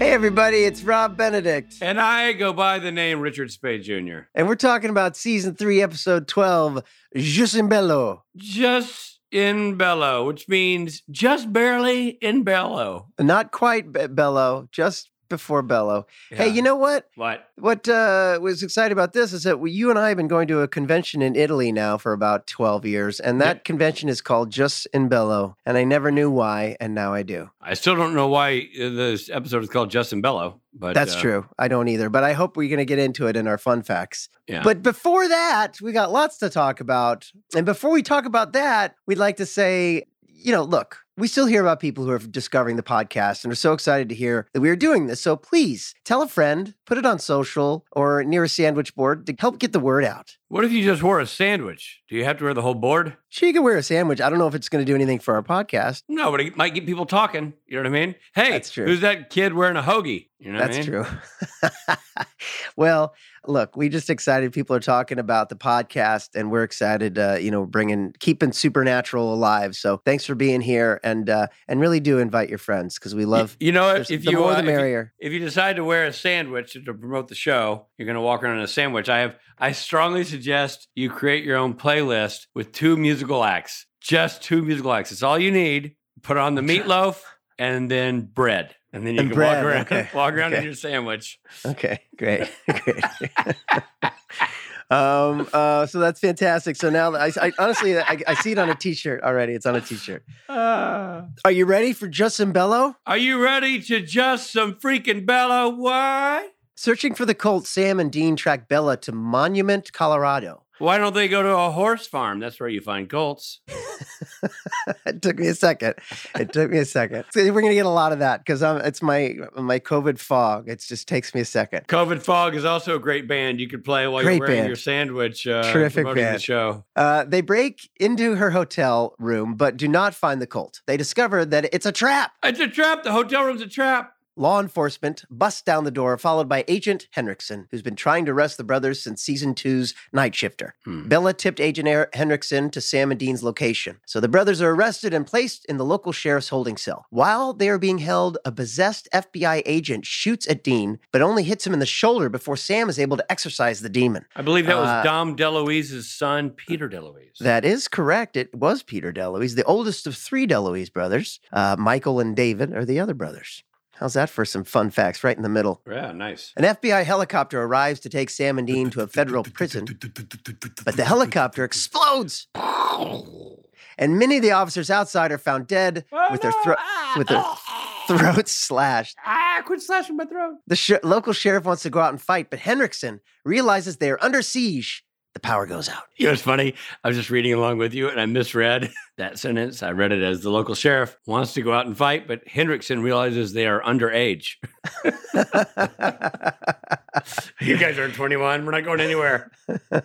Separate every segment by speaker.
Speaker 1: everybody, it's Rob Benedict.
Speaker 2: And I go by the name Richard Spade Jr.
Speaker 1: And we're talking about season three, episode 12, Justin Bello.
Speaker 2: Just in bellow, which means just barely in bellow.
Speaker 1: Not quite be- Bello, just before Bello. Hey,
Speaker 2: Yeah.
Speaker 1: you know what?
Speaker 2: what?
Speaker 1: What uh, was exciting about this is that we, you and I have been going to a convention in Italy now for about 12 years, and that convention is called Just in Bello, and I never knew why, and now I do.
Speaker 2: I still don't know why uh, this episode is called Justin Bellow, but
Speaker 1: That's
Speaker 2: uh,
Speaker 1: true. I don't either, but I hope we're going to get into it in our fun facts.
Speaker 2: Yeah.
Speaker 1: But before that, we got lots to talk about. And before we talk about that, we'd like to say, you know, look, we still hear about people who are discovering the podcast and are so excited to hear that we are doing this. So please tell a friend, put it on social or near a sandwich board to help get the word out.
Speaker 2: What if you just wore a sandwich? Do you have to wear the whole board?
Speaker 1: Sure, you can wear a sandwich. I don't know if it's going to do anything for our podcast.
Speaker 2: No, but it might get people talking. You know what I mean? Hey,
Speaker 1: That's true.
Speaker 2: who's that kid wearing a hoagie? You know what I
Speaker 1: That's
Speaker 2: mean?
Speaker 1: true. well, look, we just excited. People are talking about the podcast, and we're excited. Uh, you know, bringing keeping supernatural alive. So thanks for being here, and uh, and really do invite your friends because we
Speaker 2: Y-
Speaker 1: love.
Speaker 2: You know,
Speaker 1: there's-
Speaker 2: if, if
Speaker 1: the
Speaker 2: you
Speaker 1: more
Speaker 2: uh,
Speaker 1: the
Speaker 2: if you-
Speaker 1: merrier.
Speaker 2: If you decide to wear a sandwich to promote the show, you're going to walk around in a sandwich. I have I strongly suggest you create your own playlist with two musical acts. Just two musical acts. It's all you need. Put on the meatloaf and then bread. And then you
Speaker 1: And
Speaker 2: can
Speaker 1: bread,
Speaker 2: walk around
Speaker 1: okay,
Speaker 2: walk around in
Speaker 1: okay.
Speaker 2: your sandwich.
Speaker 1: Okay, great, great. um, uh, so that's fantastic. So now, I, I honestly, I, I see it on a T-shirt already. It's on a T-shirt. Are you ready for Justin Bello?
Speaker 2: Are you ready to just some freaking Bella? What?
Speaker 1: Searching for the cult, Sam and Dean track Bella to Monument, Colorado.
Speaker 2: Why don't they go to a horse farm? That's where you find colts.
Speaker 1: it took me a second. It took me a second. So we're gonna get a lot of that because it's my my COVID fog. It just takes me a second.
Speaker 2: COVID Fog is also a great band you could play while
Speaker 1: Great
Speaker 2: you're wearing
Speaker 1: band.
Speaker 2: your sandwich. Uh,
Speaker 1: Terrific
Speaker 2: promoting the
Speaker 1: band.
Speaker 2: show.
Speaker 1: Uh, they break into her hotel room, but do not find the cult. They discover that it's a trap.
Speaker 2: It's a trap. The hotel room's a trap.
Speaker 1: Law enforcement busts down the door, followed by Agent Henriksen, who's been trying to arrest the brothers since season two's Night Shifter.
Speaker 2: Hmm.
Speaker 1: Bella tipped Agent Er- Henriksen to Sam and Dean's location. So the brothers are arrested and placed in the local sheriff's holding cell. While they are being held, a possessed FBI agent shoots at Dean, but only hits him in the shoulder before Sam is able to exorcise the demon.
Speaker 2: I believe that was
Speaker 1: Uh,
Speaker 2: Dom DeLuise's son, Peter DeLuise.
Speaker 1: That is correct. It was Peter DeLuise, the oldest of three DeLuise brothers. Uh, Michael and David are the other brothers. How's that for some fun facts right in the middle?
Speaker 2: yeah, nice.
Speaker 1: An FBI helicopter arrives to take Sam and Dean to a federal prison, but the helicopter explodes, and many of the officers outside are found dead
Speaker 2: Oh,
Speaker 1: with their thro- with their throats slashed.
Speaker 2: Ah, quit slashing my throat.
Speaker 1: The sh- local sheriff wants to go out and fight, but Henriksen realizes they are under siege. The power goes out.
Speaker 2: You know, it's funny. I was just reading along with you and I misread that sentence. I read it as the local sheriff wants to go out and fight, but Hendrickson realizes they are underage. you guys are 21. We're not going anywhere.
Speaker 1: well,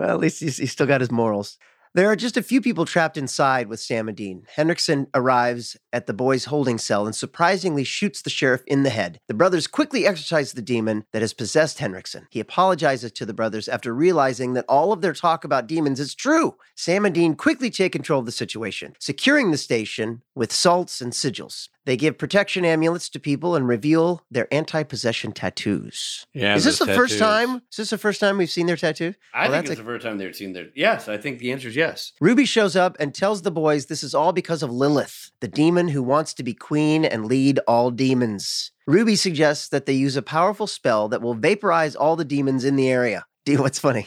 Speaker 1: at least he's, he's still got his morals. There are just a few people trapped inside with Sam and Dean. Henriksen arrives at the boys' holding cell and surprisingly shoots the sheriff in the head. The brothers quickly exorcise the demon that has possessed Henriksen. He apologizes to the brothers after realizing that all of their talk about demons is true. Sam and Dean quickly take control of the situation, securing the station with salts and sigils. They give protection amulets to people and reveal their anti possession tattoos.
Speaker 2: Yeah.
Speaker 1: Is this the
Speaker 2: those
Speaker 1: first
Speaker 2: tattoos.
Speaker 1: time? Is this the first time we've seen their tattoo? Well,
Speaker 2: I think
Speaker 1: that's
Speaker 2: it's the first time they've seen their. Yes, I think the answer is yes.
Speaker 1: Ruby shows up and tells the boys this is all because of Lilith, the demon who wants to be queen and lead all demons. Ruby suggests that they use a powerful spell that will vaporize all the demons in the area. Do you what's funny?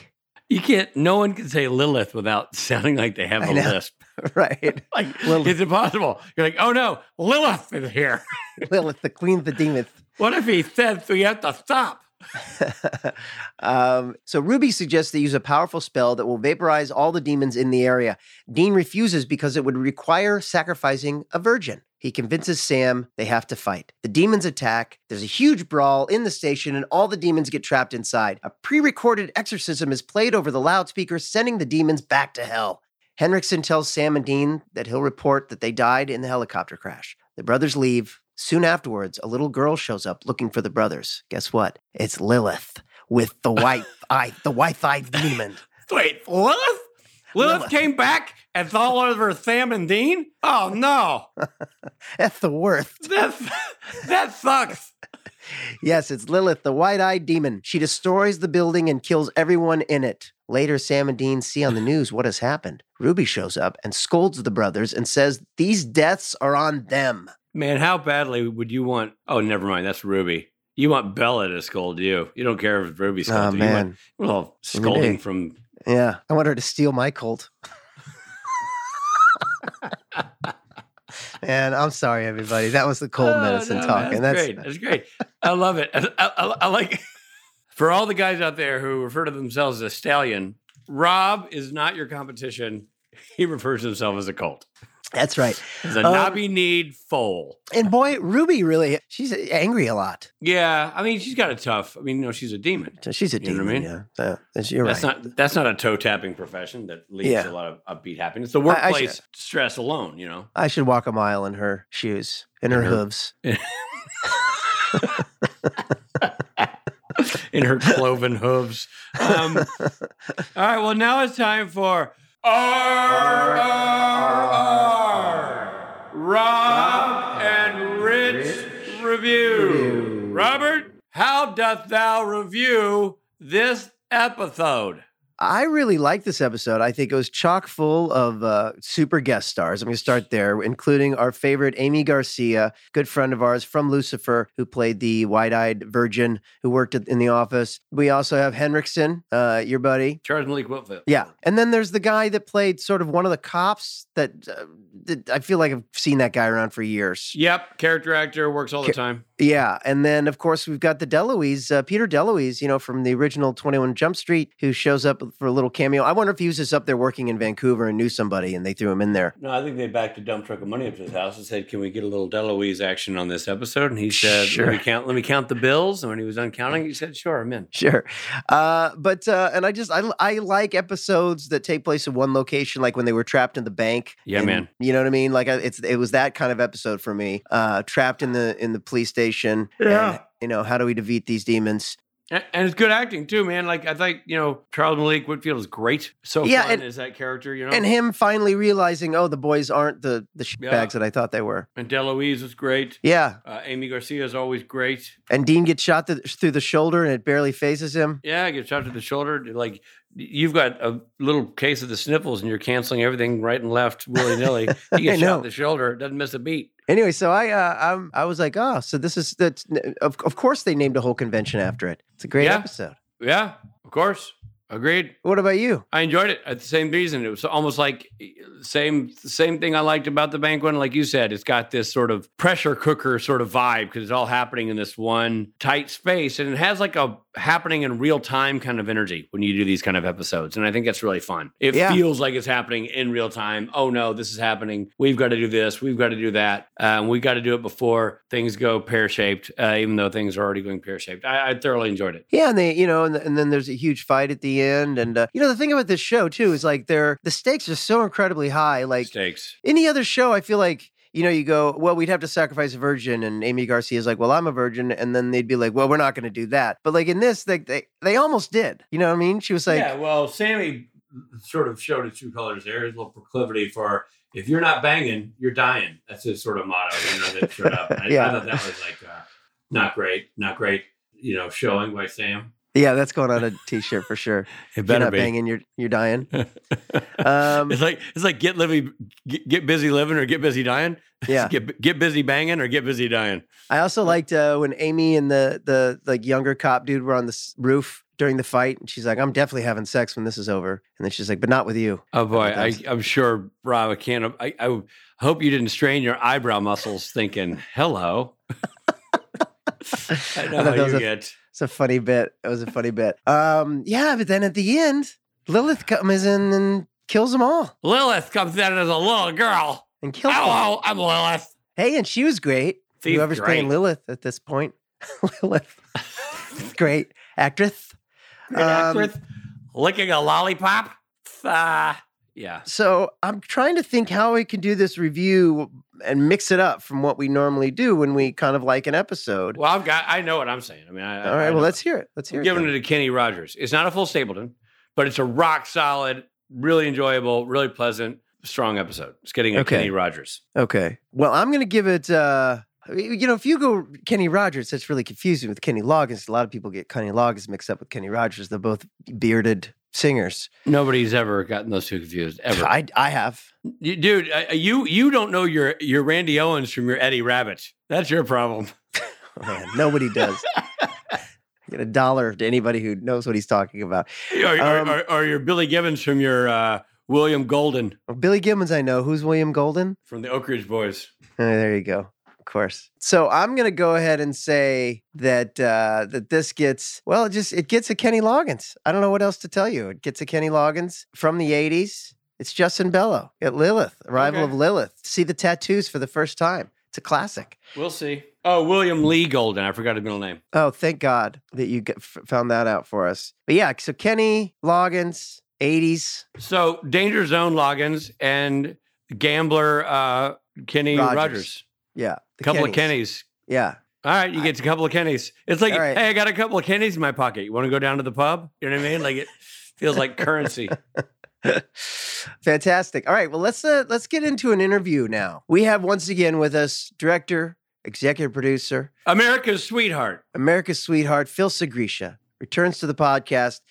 Speaker 2: You can't. No one can say Lilith without sounding like they have
Speaker 1: I
Speaker 2: a
Speaker 1: know.
Speaker 2: lisp.
Speaker 1: right.
Speaker 2: Like
Speaker 1: Lilith.
Speaker 2: it's impossible. You're like, oh no, Lilith is here.
Speaker 1: Lilith, the queen of the demons.
Speaker 2: What if he said we have to stop?
Speaker 1: um, so Ruby suggests they use a powerful spell that will vaporize all the demons in the area. Dean refuses because it would require sacrificing a virgin. He convinces Sam they have to fight. The demons attack. There's a huge brawl in the station, and all the demons get trapped inside. A pre recorded exorcism is played over the loudspeaker, sending the demons back to hell. Henriksen tells Sam and Dean that he'll report that they died in the helicopter crash. The brothers leave. Soon afterwards, a little girl shows up looking for the brothers. Guess what? It's Lilith with the white eye, the white-eyed demon.
Speaker 2: Wait, Lilith? Lilith
Speaker 1: Lilith.
Speaker 2: came back and thought over Tham and Dean? Oh, no.
Speaker 1: That's the worst.
Speaker 2: That, that sucks.
Speaker 1: Yes, it's Lilith, the wide eyed demon. She destroys the building and kills everyone in it. Later, Sam and Dean see on the news what has happened. Ruby shows up and scolds the brothers and says, These deaths are on them.
Speaker 2: Man, how badly would you want? Oh, never mind. That's Ruby. You want Bella to scold you. You don't care if Ruby scolds
Speaker 1: Oh,
Speaker 2: you.
Speaker 1: man.
Speaker 2: You want a little scolding
Speaker 1: Ruby.
Speaker 2: from.
Speaker 1: Yeah. I want her to steal my colt. man, I'm sorry, everybody. That was the cold
Speaker 2: Oh,
Speaker 1: medicine
Speaker 2: no,
Speaker 1: talking.
Speaker 2: That's,
Speaker 1: That's,
Speaker 2: great. That's great. I love it. I, I- I like For all the guys out there who refer to themselves as a stallion, Rob is not your competition. He refers to himself as a cult.
Speaker 1: that's right.
Speaker 2: As a
Speaker 1: Um,
Speaker 2: knobby kneed foal.
Speaker 1: And boy, Ruby really, she's angry a lot.
Speaker 2: Yeah, I mean, she's got a tough. I mean, you know, she's a demon.
Speaker 1: So she's a
Speaker 2: You
Speaker 1: demon.
Speaker 2: know what I
Speaker 1: Yeah. So, that's- you're
Speaker 2: that's
Speaker 1: right.
Speaker 2: not that's not a toe tapping profession that leaves
Speaker 1: Yeah.
Speaker 2: a lot of upbeat happiness. The
Speaker 1: I- I
Speaker 2: workplace stress alone, you know.
Speaker 1: I should walk a mile in her shoes, in her
Speaker 2: In her-
Speaker 1: hooves.
Speaker 2: in her cloven hooves. Um, all right, well, now it's time for R R R Rob and Rich review. Robert, how doth thou review this episode?
Speaker 1: I really like this episode. I think it was chock full of uh, super guest stars. I'm going to start there, including our favorite Amy Garcia, good friend of ours from Lucifer, who played the wide eyed virgin who worked at- in the office. We also have Henriksen, uh, your buddy.
Speaker 2: Charles Malik Whitfield.
Speaker 1: Yeah. And then there's the guy that played sort of one of the cops that, uh, that I feel like I've seen that guy around for years.
Speaker 2: Yep, character actor works all the time.
Speaker 1: Yeah, and then of course we've got the Deloise, uh, Peter Deloise, you know, from the original Twenty One Jump Street, who shows up for a little cameo. I wonder if he was just up there working in Vancouver and knew somebody, and they threw him in there.
Speaker 2: No, I think they backed a dump truck of money up to his house and said, "Can we get a little Deloise action on this episode?" And he said,
Speaker 1: Sure.
Speaker 2: "Let me count. Let me count the bills." And when he was done counting, he said, "Sure, I'm in."
Speaker 1: Sure, uh, but uh, and I just I I like episodes that take place in one location, like when they were trapped in the bank.
Speaker 2: Yeah,
Speaker 1: and-
Speaker 2: man.
Speaker 1: You know what I mean? Like I, it's it was that kind of episode for me. Uh, trapped in the in the police station. and,
Speaker 2: Yeah.
Speaker 1: you know how do we defeat these demons?
Speaker 2: And, and it's good acting too, man. Like I think you know Charles Malik Whitfield is great. So
Speaker 1: Yeah,
Speaker 2: fun
Speaker 1: and-
Speaker 2: is that character, you know.
Speaker 1: And him finally realizing, oh, the boys aren't the the
Speaker 2: Yeah.
Speaker 1: bags that I thought they were.
Speaker 2: and Deloise is great.
Speaker 1: Yeah,
Speaker 2: Uh, Amy Garcia is always great.
Speaker 1: and Dean gets shot th- through the shoulder and it barely phases him.
Speaker 2: Yeah, gets shot to the shoulder. Like you've got a little case of the sniffles, and you're canceling everything right and left willy nilly. He
Speaker 1: I
Speaker 2: gets shot
Speaker 1: know.
Speaker 2: in the shoulder, doesn't miss a beat.
Speaker 1: Anyway, so I uh, I'm, I was like, oh, so this is that's of of course they named a whole convention after it. It's a great
Speaker 2: Yeah.
Speaker 1: episode.
Speaker 2: Yeah, of course, agreed.
Speaker 1: What about you?
Speaker 2: I enjoyed it at the same reason. It was almost like eh, same same thing I liked about the bank one. Like you said, it's got this sort of pressure cooker sort of vibe because it's all happening in this one tight space, and it has like a happening in real time kind of energy when you do these kind of episodes. And I think that's really fun. It
Speaker 1: Yeah.
Speaker 2: feels like it's happening in real time. Oh no, this is happening. We've got to do this. We've got to do that. Um, we got to do it before things go pear shaped. Uh, even though things are already going pear shaped, I, I thoroughly enjoyed it.
Speaker 1: Yeah, and they, you know, and, and then there's a huge fight at the end, and uh, you know the thing about this show too is like they're the stakes are so incredibly high. Like
Speaker 2: Stakes.
Speaker 1: any other show, I feel like you know you go, well, we'd have to sacrifice a virgin, and Amy Garcia's like, well, I'm a virgin, and then they'd be like, well, we're not going to do that. But like in this, like they they almost did. You know what I mean? She was like,
Speaker 2: yeah, well, Sammy sort of showed its true colors there. His little proclivity for if you're not banging, you're dying. That's his sort of motto. You know, that showed up. I,
Speaker 1: Yeah.
Speaker 2: I thought that was like uh, not great, not great. You know, showing by Sam.
Speaker 1: yeah, that's going on a t-shirt for sure.
Speaker 2: It
Speaker 1: you're not banging, you're you're dying. Um,
Speaker 2: it's like it's like get living, get, get busy living, or get busy dying.
Speaker 1: yeah,
Speaker 2: Get get busy banging, or get busy dying.
Speaker 1: I also liked uh, when Amy and the the like younger cop dude were on the s- roof during the fight, and she's like, "I'm definitely having sex when this is over," and then she's like, "But not with you."
Speaker 2: Oh boy,
Speaker 1: about
Speaker 2: I,
Speaker 1: those?
Speaker 2: I'm sure Rob. I can't. I, I hope you didn't strain your eyebrow muscles thinking "hello." I know
Speaker 1: thought
Speaker 2: how
Speaker 1: that was
Speaker 2: you
Speaker 1: a-
Speaker 2: get.
Speaker 1: It's a funny bit. It was a funny bit. Um, yeah, but then at the end, Lilith comes in and kills them all
Speaker 2: Lilith comes in as a little girl.
Speaker 1: and kills them.
Speaker 2: I'm Lilith.
Speaker 1: Hey, and she was great.
Speaker 2: She's
Speaker 1: Whoever's playing
Speaker 2: great.
Speaker 1: Lilith at this point, Lilith, great actress.
Speaker 2: Good
Speaker 1: Um,
Speaker 2: actress. Licking a lollipop. Uh, yeah.
Speaker 1: So I'm trying to think how we can do this review and mix it up from what we normally do when we kind of like an episode.
Speaker 2: Well, I've got. I know what I'm saying. I mean, I,
Speaker 1: All
Speaker 2: I
Speaker 1: right,
Speaker 2: know.
Speaker 1: well let's hear it. Let's hear
Speaker 2: I'm
Speaker 1: it.
Speaker 2: giving
Speaker 1: then.
Speaker 2: it to Kenny Rogers. It's not a full Stapleton, but it's a rock solid Really enjoyable, really pleasant, strong episode. It's getting a
Speaker 1: Okay.
Speaker 2: Kenny Rogers.
Speaker 1: Okay. Well, I'm going to give it. Uh, you know, if you go Kenny Rogers, that's really confusing with Kenny Loggins. A lot of people get Kenny Loggins mixed up with Kenny Rogers. They're both bearded singers.
Speaker 2: Nobody's ever gotten those two confused ever.
Speaker 1: I I have.
Speaker 2: You- dude, I, you you don't know your your Randy Owens from your Eddie Rabbit. That's your problem.
Speaker 1: Oh, Man, nobody does. Get a dollar to anybody who knows what he's talking about.
Speaker 2: Or, or-
Speaker 1: Um,
Speaker 2: or, or your Billy Gibbons from your uh, William Golden
Speaker 1: Well, Billy Gibbons, I know. Who's William Golden?
Speaker 2: from the Oak Ridge Boys.
Speaker 1: Uh, there you go. Of course. So I'm gonna go ahead and say that uh, that this gets well. It just it gets a Kenny Loggins. I don't know what else to tell you. It gets a Kenny Loggins from the '80s. It's Justin Bello at Lilith, Arrival
Speaker 2: Okay.
Speaker 1: of Lilith. See the tattoos for the first time. It's a classic.
Speaker 2: We'll see. Oh, William Lee Golden. I forgot his middle name.
Speaker 1: Oh, thank God that you got, f- found that out for us. But yeah, so Kenny Loggins, '80s
Speaker 2: So Danger Zone Loggins and Gambler uh, Kenny
Speaker 1: Rogers.
Speaker 2: Rogers.
Speaker 1: Yeah. the
Speaker 2: couple of
Speaker 1: Kennys.
Speaker 2: Kennys.
Speaker 1: Yeah.
Speaker 2: All right, you get a couple of Kennys. It's like,
Speaker 1: All right.
Speaker 2: hey, I got a couple of Kennys in my pocket. You want to go down to the pub? You know what I mean? Like it feels like currency.
Speaker 1: Fantastic. All right. Well, let's uh, let's get into an interview now. We have once again with us director, executive producer,
Speaker 2: America's sweetheart.
Speaker 1: America's sweetheart, Phil Segrisha, returns to the podcast.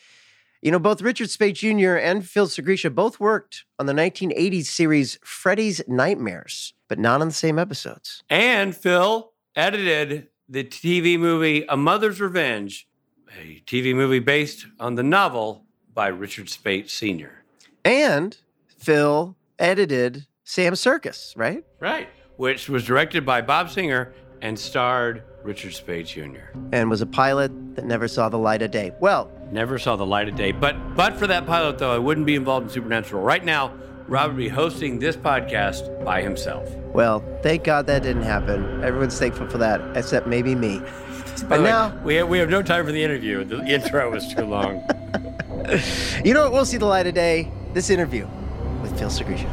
Speaker 1: You know, both Richard Spade Jr. and Phil Segrisha both worked on the 1980s series Freddy's Nightmares, but not on the same episodes.
Speaker 2: And Phil edited the TV movie A Mother's Revenge, a TV movie based on the novel by Richard Spate Sr.
Speaker 1: And Phil edited Sam Circus, right?
Speaker 2: Right. Which was directed by Bob Singer and starred Richard Spade Jr.
Speaker 1: And was a pilot that never saw the light of day. Well,
Speaker 2: Never saw the light of day. But but for that pilot though, I wouldn't be involved in Supernatural. Right now, Rob would be hosting this podcast by himself.
Speaker 1: Well, thank God that didn't happen. Everyone's thankful for that, except maybe me.
Speaker 2: By
Speaker 1: But
Speaker 2: the way,
Speaker 1: now,
Speaker 2: we have, we have no time for the interview. The intro was too long.
Speaker 1: you know what? We'll see the light of day. This interview with Phil Segrisha.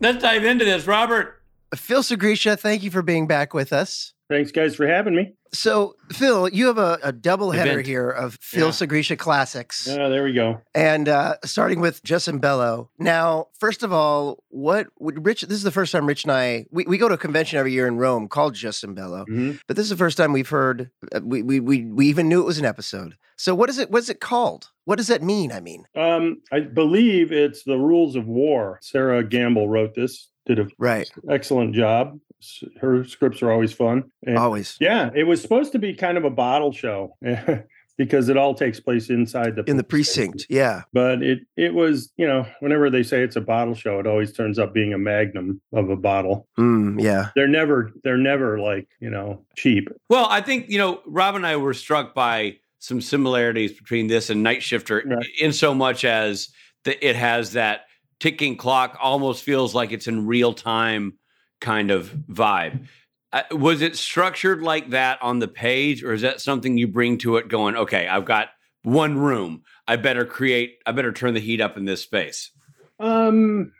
Speaker 2: Let's dive into this, Robert.
Speaker 1: Phil Segrisha, thank you for being back with us.
Speaker 3: Thanks, guys, for having me.
Speaker 1: So, Phil, you have a, a double header
Speaker 2: Event.
Speaker 1: here of Phil
Speaker 2: Yeah.
Speaker 1: Segrisha classics,
Speaker 3: Oh, there we go.
Speaker 1: and uh, starting with Justin Bello. Now, first of all, what would Rich? This is the first time Rich and I we, we go to a convention every year in Rome called Justin Bello.
Speaker 3: Mhm.
Speaker 1: But this is the first time we've heard. uh, We we we, we even knew it was an episode. So what is it? What's it called? What does that mean? I mean,
Speaker 3: Um, I believe it's the Rules of War. Sarah Gamble wrote this. Did an
Speaker 1: right?
Speaker 3: excellent job. S- Her scripts are always fun. And-
Speaker 1: Always
Speaker 3: Yeah, it was supposed to be kind of a bottle show because it all takes place inside the
Speaker 1: in the precinct. Yeah.
Speaker 3: But it it was you know whenever they say it's a bottle show, it always turns up being a magnum of a bottle.
Speaker 1: Mm, yeah.
Speaker 3: They're never they're never like you know cheap.
Speaker 2: Well, I think, you know, Rob and I were struck by some similarities between this and Night Shifter
Speaker 3: Right.
Speaker 2: in so much as the, it has that ticking clock, almost feels like it's in real time kind of vibe. Uh, was it structured like that on the page, or is that something you bring to it going, okay, I've got one room. I better create, I better turn the heat up in this space?
Speaker 3: Um,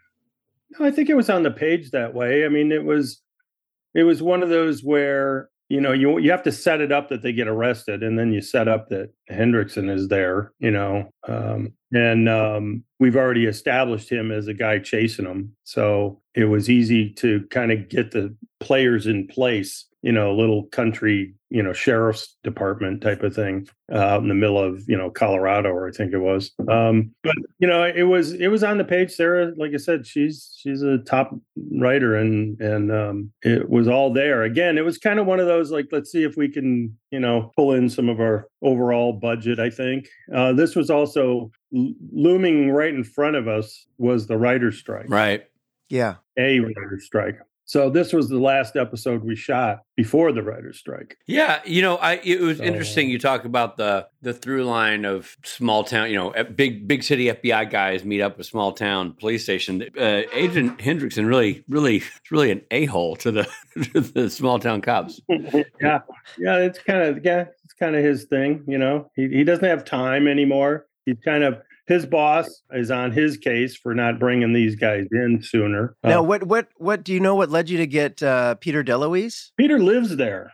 Speaker 3: no, I think it was on the page that way. I mean, it was it was one of those where you know you you have to set it up that they get arrested, and then you set up that Hendrickson is there. You know, um, and um, we've already established him as a guy chasing them, so it was easy to kind of get the players in place. You know, a little country, you know, sheriff's department type of thing uh, out in the middle of you know Colorado, or I think it was. Um, but you know it was it was on the page sarah like i said she's she's a top writer and and um it was all there again it was kind of one of those like let's see if we can you know pull in some of our overall budget i think uh this was also l- looming right in front of us was the writer's strike
Speaker 2: Right.
Speaker 1: Yeah.
Speaker 3: a writer's strike so this was the last episode we shot before the writer's strike
Speaker 2: Yeah, you know, I it was
Speaker 3: So-
Speaker 2: interesting. You talk about the the through line of small town. You know, eh, big big city FBI guys meet up with small town police station. Uh, Agent Hendrickson really, really, it's really an a hole to the to the small town cops.
Speaker 3: yeah yeah it's kind of yeah it's kind of his thing you know he, he doesn't have time anymore he's kind of his boss is on his case for not bringing these guys in sooner Uh,
Speaker 1: Now, what what what do you know? What led you to get uh, Peter DeLuise?
Speaker 3: peter lives there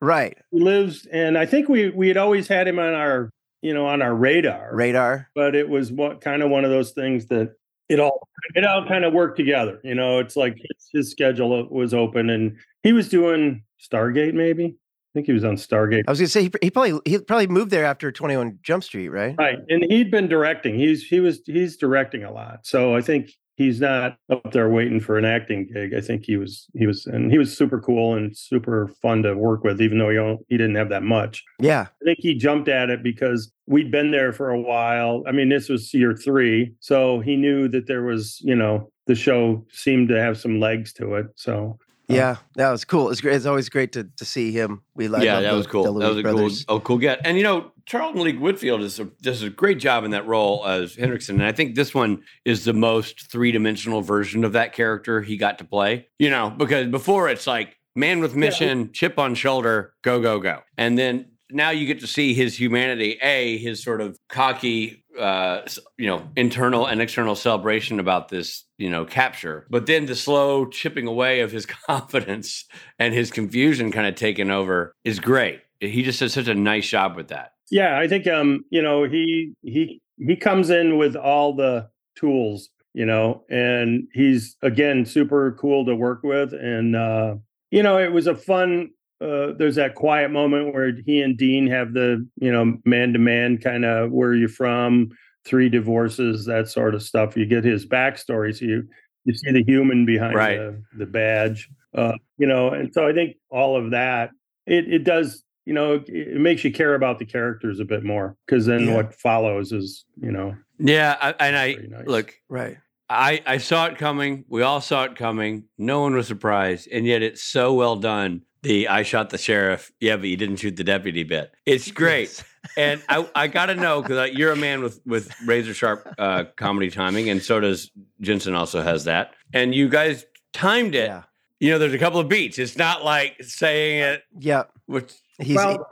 Speaker 1: Right.
Speaker 3: He lives, and I think we we had always had him on our you know on our radar,
Speaker 1: Radar.
Speaker 3: but it was what kind of one of those things that it all it all kind of worked together. You know, it's like his, his schedule was open, and he was doing Stargate. Maybe I think he was on Stargate.
Speaker 1: I was gonna say he, he probably he probably moved there after 21 Jump Street, right?
Speaker 3: Right. And he'd been directing. He's he was he's directing a lot. So I think he's not up there waiting for an acting gig. I think he was he was and he was super cool and super fun to work with, even though he don't, he didn't have that much.
Speaker 1: Yeah.
Speaker 3: I think he jumped at it because we'd been there for a while. I mean, this was year three. So he knew that there was, you know, the show seemed to have some legs to it. So Oh.
Speaker 1: Yeah. That was cool. It's great. It's always great to, to see him. We love
Speaker 2: yeah,
Speaker 1: love
Speaker 2: that
Speaker 1: the-
Speaker 2: was cool.
Speaker 1: the
Speaker 2: That was
Speaker 1: Luis
Speaker 2: a
Speaker 1: brothers.
Speaker 2: cool, oh, cool get. And you know, Charlton League Whitfield is a, does a great job in that role as Hendrickson, and I think this one is the most three dimensional version of that character he got to play. You know, because before it's like man with mission, chip on shoulder, go go go, and then now you get to see his humanity. A his sort of cocky. Uh, s- you know, internal and external celebration about this, you know, capture, but then the slow chipping away of his confidence and his confusion kind of taken over is great. He just does such a nice job with that.
Speaker 3: Yeah, I think um, you know, he he he comes in with all the tools, you know, and he's again super cool to work with. And uh, you know, it was a fun uh there's that quiet moment where he and Dean have the, you know, man to man kind of where you're from, three divorces, that sort of stuff. You get his backstory. So you you see the human behind
Speaker 2: Right.
Speaker 3: the, the badge. Uh, you know, and so I think all of that it it does you know it, it makes you care about the characters a bit more because then
Speaker 1: Yeah.
Speaker 3: what follows is you know
Speaker 2: Yeah, I, and I
Speaker 3: pretty nice.
Speaker 2: look,
Speaker 1: Right.
Speaker 2: I I saw it coming. We all saw it coming. No one was surprised, and yet it's so well done. The I shot the sheriff. Yeah, but you didn't shoot the deputy bit. It's great.
Speaker 1: Yes.
Speaker 2: and I, I gotta know because you're a man with with razor sharp uh, comedy timing, and so does Jensen. Also has that, and you guys timed it.
Speaker 1: Yeah.
Speaker 2: You know, there's a couple of beats. It's not like saying it,
Speaker 1: Yeah.
Speaker 2: which
Speaker 1: He's e,
Speaker 3: well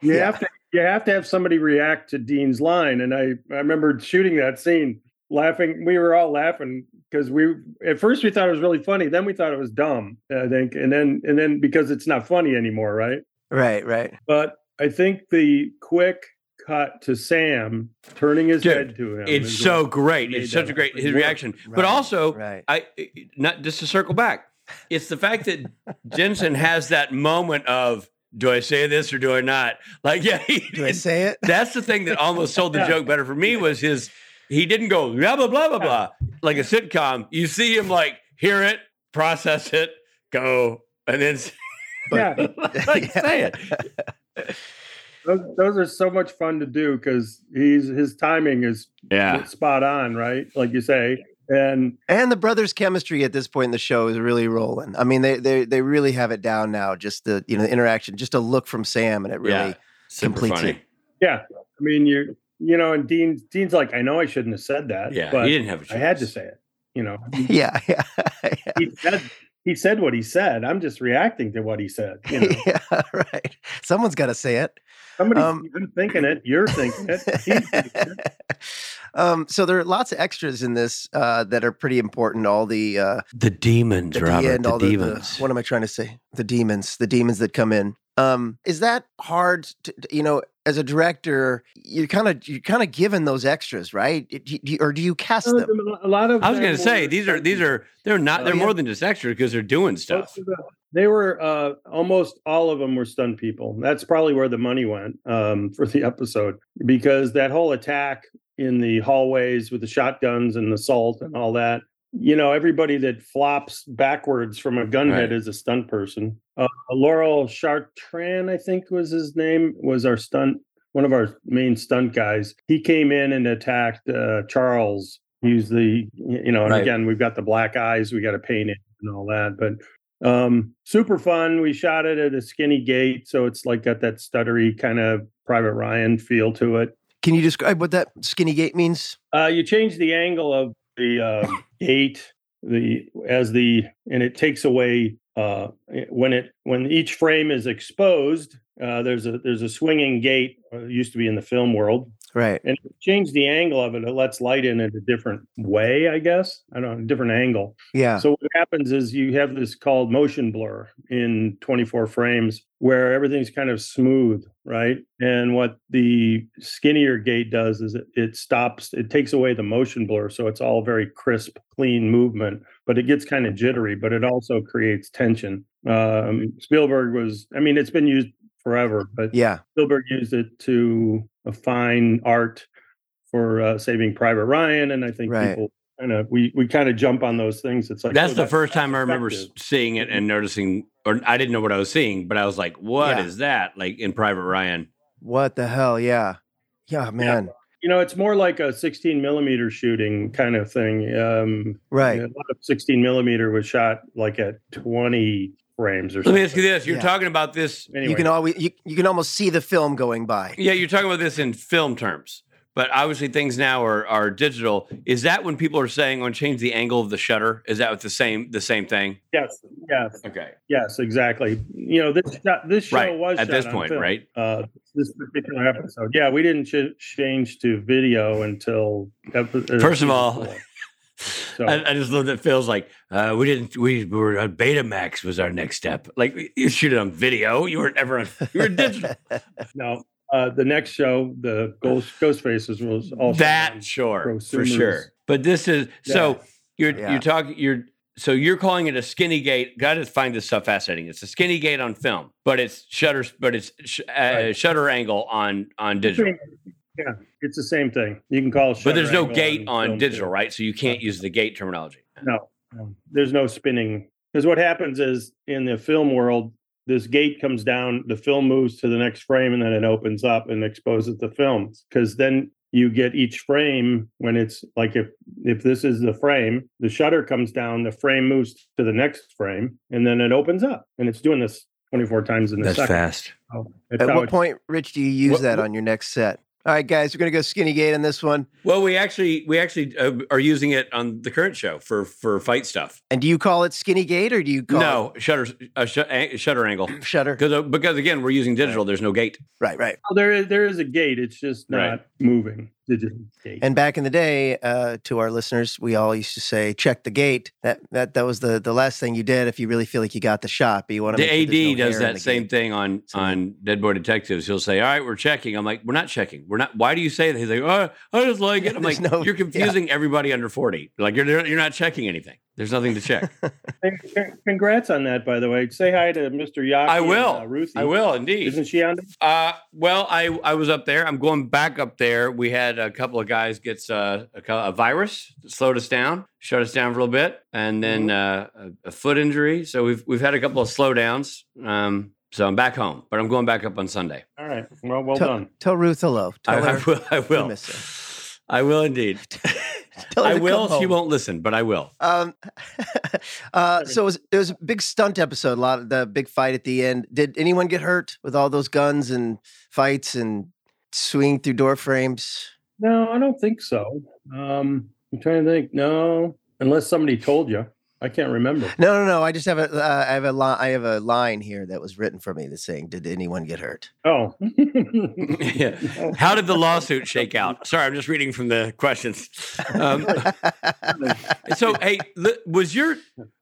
Speaker 3: you
Speaker 1: yeah.
Speaker 3: have to you have to have somebody react to dean's line and i i remember shooting that scene laughing we were all laughing because we at first we thought it was really funny then we thought it was dumb i think and then and then because it's not funny anymore right
Speaker 1: right, right.
Speaker 3: but i think the quick cut to sam turning his
Speaker 2: Dude,
Speaker 3: head to him
Speaker 2: It's
Speaker 3: is
Speaker 2: so
Speaker 3: what-
Speaker 2: great.
Speaker 3: made
Speaker 2: It's such
Speaker 3: that
Speaker 2: a great his
Speaker 3: work.
Speaker 2: reaction.
Speaker 1: Right,
Speaker 2: But also,
Speaker 1: right.
Speaker 2: I not just to circle back, it's the fact that Jensen has that moment of do I say this or do I not? Like, yeah, he,
Speaker 1: Do I say it?
Speaker 2: that's the thing that almost sold the
Speaker 3: Yeah.
Speaker 2: joke better for me was his he didn't go blah blah blah blah blah like a sitcom. You see him like hear it, process it, go, and then say-
Speaker 3: yeah
Speaker 2: like say it.
Speaker 3: Those, those are so much fun to do because he's his timing is
Speaker 2: Yeah.
Speaker 3: spot on, right? Like you say, and
Speaker 1: And the brothers' chemistry at this point in the show is really rolling. I mean, they they they really have it down now. Just the you know the interaction, just a look from Sam, and it really
Speaker 2: Yeah. Super
Speaker 1: Completes
Speaker 2: funny.
Speaker 1: it.
Speaker 3: I mean, you you know, and Dean Dean's like, I know I shouldn't have said that,
Speaker 2: Yeah.
Speaker 3: but
Speaker 2: he didn't have a choice.
Speaker 3: I had to say it. You know,
Speaker 1: yeah, yeah, yeah.
Speaker 3: he said he said what he said. I'm just reacting to what he said. You know,
Speaker 1: yeah, right. Someone's got to say it.
Speaker 3: somebody's
Speaker 1: Um,
Speaker 3: even thinking it. You're thinking it. He's thinking it.
Speaker 1: um, so there are lots of extras in this uh, that are pretty important. All the uh,
Speaker 2: The demons,
Speaker 1: at
Speaker 2: Robert.
Speaker 1: the end,
Speaker 2: the
Speaker 1: all the, the-
Speaker 2: demons.
Speaker 1: what am I trying to say? The demons, the demons that come in. Um, is that hard? To, to- you know, as a director, you're kind of you're kind of given those extras, right? Do you- or do you cast
Speaker 3: Some of
Speaker 1: them?
Speaker 3: them- A lot of
Speaker 2: I was
Speaker 3: them
Speaker 2: going to say
Speaker 3: were-
Speaker 2: these are these are they're not
Speaker 3: Oh,
Speaker 2: they're
Speaker 1: yeah.
Speaker 2: more than just extra because they're doing stuff.
Speaker 3: Most of the- They were uh, almost all of them were stunt people. That's probably where the money went um, for the episode because that whole attack in the hallways with the shotguns and the salt and all that. You know, everybody that flops backwards from a gun
Speaker 2: Right.
Speaker 3: head is a stunt person. Uh, Laurel Chartran, I think was his name, was our stunt one of our main stunt guys. He came in and attacked uh, Charles. He's the you know, and
Speaker 2: Right.
Speaker 3: again, we've got the black eyes, we got to paint it and all that, but um super fun we shot it at a skinny gate so it's like got that stuttery kind of private ryan feel to it
Speaker 1: Can you describe what that skinny gate means?
Speaker 3: uh you change the angle of the uh, gate the as the and it takes away uh it- when it when each frame is exposed uh there's a there's a swinging gate uh, it used to be in the film world
Speaker 1: Right.
Speaker 3: And if you change the angle of it, it lets light in at a different way, I guess. I don't know, different angle.
Speaker 1: Yeah.
Speaker 3: So what happens is you have this called motion blur in 24 frames where everything's kind of smooth, right? And what the skinnier gate does is it, it stops, it takes away the motion blur. So it's all very crisp, clean movement, but it gets kind of jittery, but it also creates tension. Um, Spielberg was, I mean, it's been used forever, but
Speaker 1: yeah.
Speaker 3: Spielberg used it to a fine art for uh, saving Private Ryan. And I think
Speaker 1: Right.
Speaker 3: people kind of, we, we kind of jump on those things. It's like,
Speaker 2: That's
Speaker 3: oh,
Speaker 2: the first time I remember s-
Speaker 3: effective.
Speaker 2: seeing it and noticing, or I didn't know what I was seeing, but I was like, "What is
Speaker 1: Yeah.
Speaker 2: that?" Like in Private Ryan.
Speaker 1: What the hell? Yeah. Yeah, man.
Speaker 3: you know, it's more like a 16 millimeter shooting kind of thing. Um,
Speaker 1: Right.
Speaker 3: A lot of 16 millimeter was shot like at 20 frames or
Speaker 2: Let
Speaker 3: something.
Speaker 2: me ask you this: You're
Speaker 1: Yeah.
Speaker 2: talking about this.
Speaker 3: Anyway,
Speaker 1: You can always you, you can almost see the film going by.
Speaker 2: Yeah, you're talking about this in film terms, but obviously things now are are digital. Is that when people are saying, "On change the angle of the shutter"? Is that with the same the same thing?
Speaker 3: yes, yes,
Speaker 2: Okay,
Speaker 3: yes, exactly. You know, this shot, this show
Speaker 2: right
Speaker 3: was
Speaker 2: at
Speaker 3: shot
Speaker 2: this
Speaker 3: on
Speaker 2: point,
Speaker 3: film.
Speaker 2: right?
Speaker 3: Uh, this particular episode, yeah, we didn't ch- change to video until epi- uh,
Speaker 2: First of
Speaker 3: season
Speaker 2: all,
Speaker 3: four. So-
Speaker 2: I, I just love that Phil's like, uh, we didn't, we were on Betamax was our next step. Like, you shoot it on video. You weren't ever on, you were digital.
Speaker 3: no, uh, the next show, the Ghost Ghostfaces was also
Speaker 2: that sure, for
Speaker 3: prosumers.
Speaker 2: sure. But this is, so you're,
Speaker 1: Yeah.
Speaker 2: you're talking, you're, so you're calling it a skinny gate. Got to find this stuff fascinating. It's a skinny gate on film, but it's shutter, but it's sh- uh,
Speaker 3: Right.
Speaker 2: shutter angle on, on digital.
Speaker 3: Yeah, it's the same thing. You can call it.
Speaker 2: But there's
Speaker 3: shutter
Speaker 2: no
Speaker 3: angle
Speaker 2: gate on
Speaker 3: film
Speaker 2: digital,
Speaker 3: too.
Speaker 2: right? So you can't use the gate terminology.
Speaker 3: No, no, there's no spinning. Because what happens is in the film world, this gate comes down, the film moves to the next frame, and then it opens up and exposes the film. Because then you get each frame when it's like if if this is the frame, the shutter comes down, the frame moves to the next frame, and then it opens up, and it's doing this 24 times in a second.
Speaker 2: fast.
Speaker 3: So that's
Speaker 1: At
Speaker 3: how
Speaker 1: what
Speaker 3: it-
Speaker 1: point, Rich, do you use
Speaker 2: What-
Speaker 1: that
Speaker 2: what-
Speaker 1: on your next set? All right, guys, we're gonna go skinny gate on this one.
Speaker 2: Well, we actually we actually uh, are using it on the current show for for fight stuff.
Speaker 1: And do you call it skinny gate or do you call
Speaker 2: No shutter uh, sh- a- shutter angle
Speaker 1: it shutter?
Speaker 2: because uh, because again we're using digital. There's no gate.
Speaker 1: Right, right.
Speaker 3: Well, there is there is a gate. It's just not
Speaker 2: Right.
Speaker 3: moving. Digital gate.
Speaker 1: And back in the day, uh, to our listeners, we all used to say, "Check the gate." That that that was the the last thing you did if you really feel like you got the shot. But you want to.
Speaker 2: The AD does that same
Speaker 1: thing.
Speaker 2: thing on
Speaker 1: So-
Speaker 2: on Dead Boy Detectives. He'll say, "All right, we're checking." I'm like, "We're not checking. We're not." Why do you say that? He's like, "Oh, I just like it." I'm
Speaker 1: There's
Speaker 2: like,
Speaker 1: no-
Speaker 2: "You're
Speaker 1: yeah.
Speaker 2: confusing everybody under 40. Like you're you're not checking anything. There's nothing to check."
Speaker 3: Hey, Congrats on that, by the way. Say hi to Mr. Yaki.
Speaker 2: I
Speaker 3: and,
Speaker 2: will.
Speaker 3: uh, Ruthie.
Speaker 2: I will indeed.
Speaker 3: Isn't she on?
Speaker 2: Uh, well, I I was up there. I'm going back up there. We had a couple of guys gets uh, a, cou- a virus that slowed us down, shut us down for a little bit, and then
Speaker 1: Mm-hmm.
Speaker 2: uh, a, a foot injury. So we've we've had a couple of slowdowns. Um, so I'm back home, but I'm going back up on Sunday.
Speaker 3: All right. Well, well
Speaker 1: Tell-
Speaker 3: done.
Speaker 1: Tell Ruth hello.
Speaker 2: I,
Speaker 1: Tell
Speaker 2: I
Speaker 1: her.
Speaker 2: will. I will.
Speaker 1: miss
Speaker 2: I will indeed.
Speaker 1: tell her
Speaker 2: I
Speaker 1: to come
Speaker 2: will. She
Speaker 1: home.
Speaker 2: won't listen, but I will.
Speaker 1: Um, uh, so it was, it was a big stunt episode. A lot of the big fight at the end. Did anyone get hurt with all those guns and fights and swinging through door frames?
Speaker 3: No, I don't think so. Um, I'm trying to think. No, unless somebody told you, I can't remember.
Speaker 1: No, no, no. I just have a uh, I have a li- I have a line here that was written for me that's saying, "Did anyone get hurt?"
Speaker 3: Oh.
Speaker 2: yeah. How did the lawsuit shake out? Sorry, I'm just reading from the questions. Um, so hey li- was your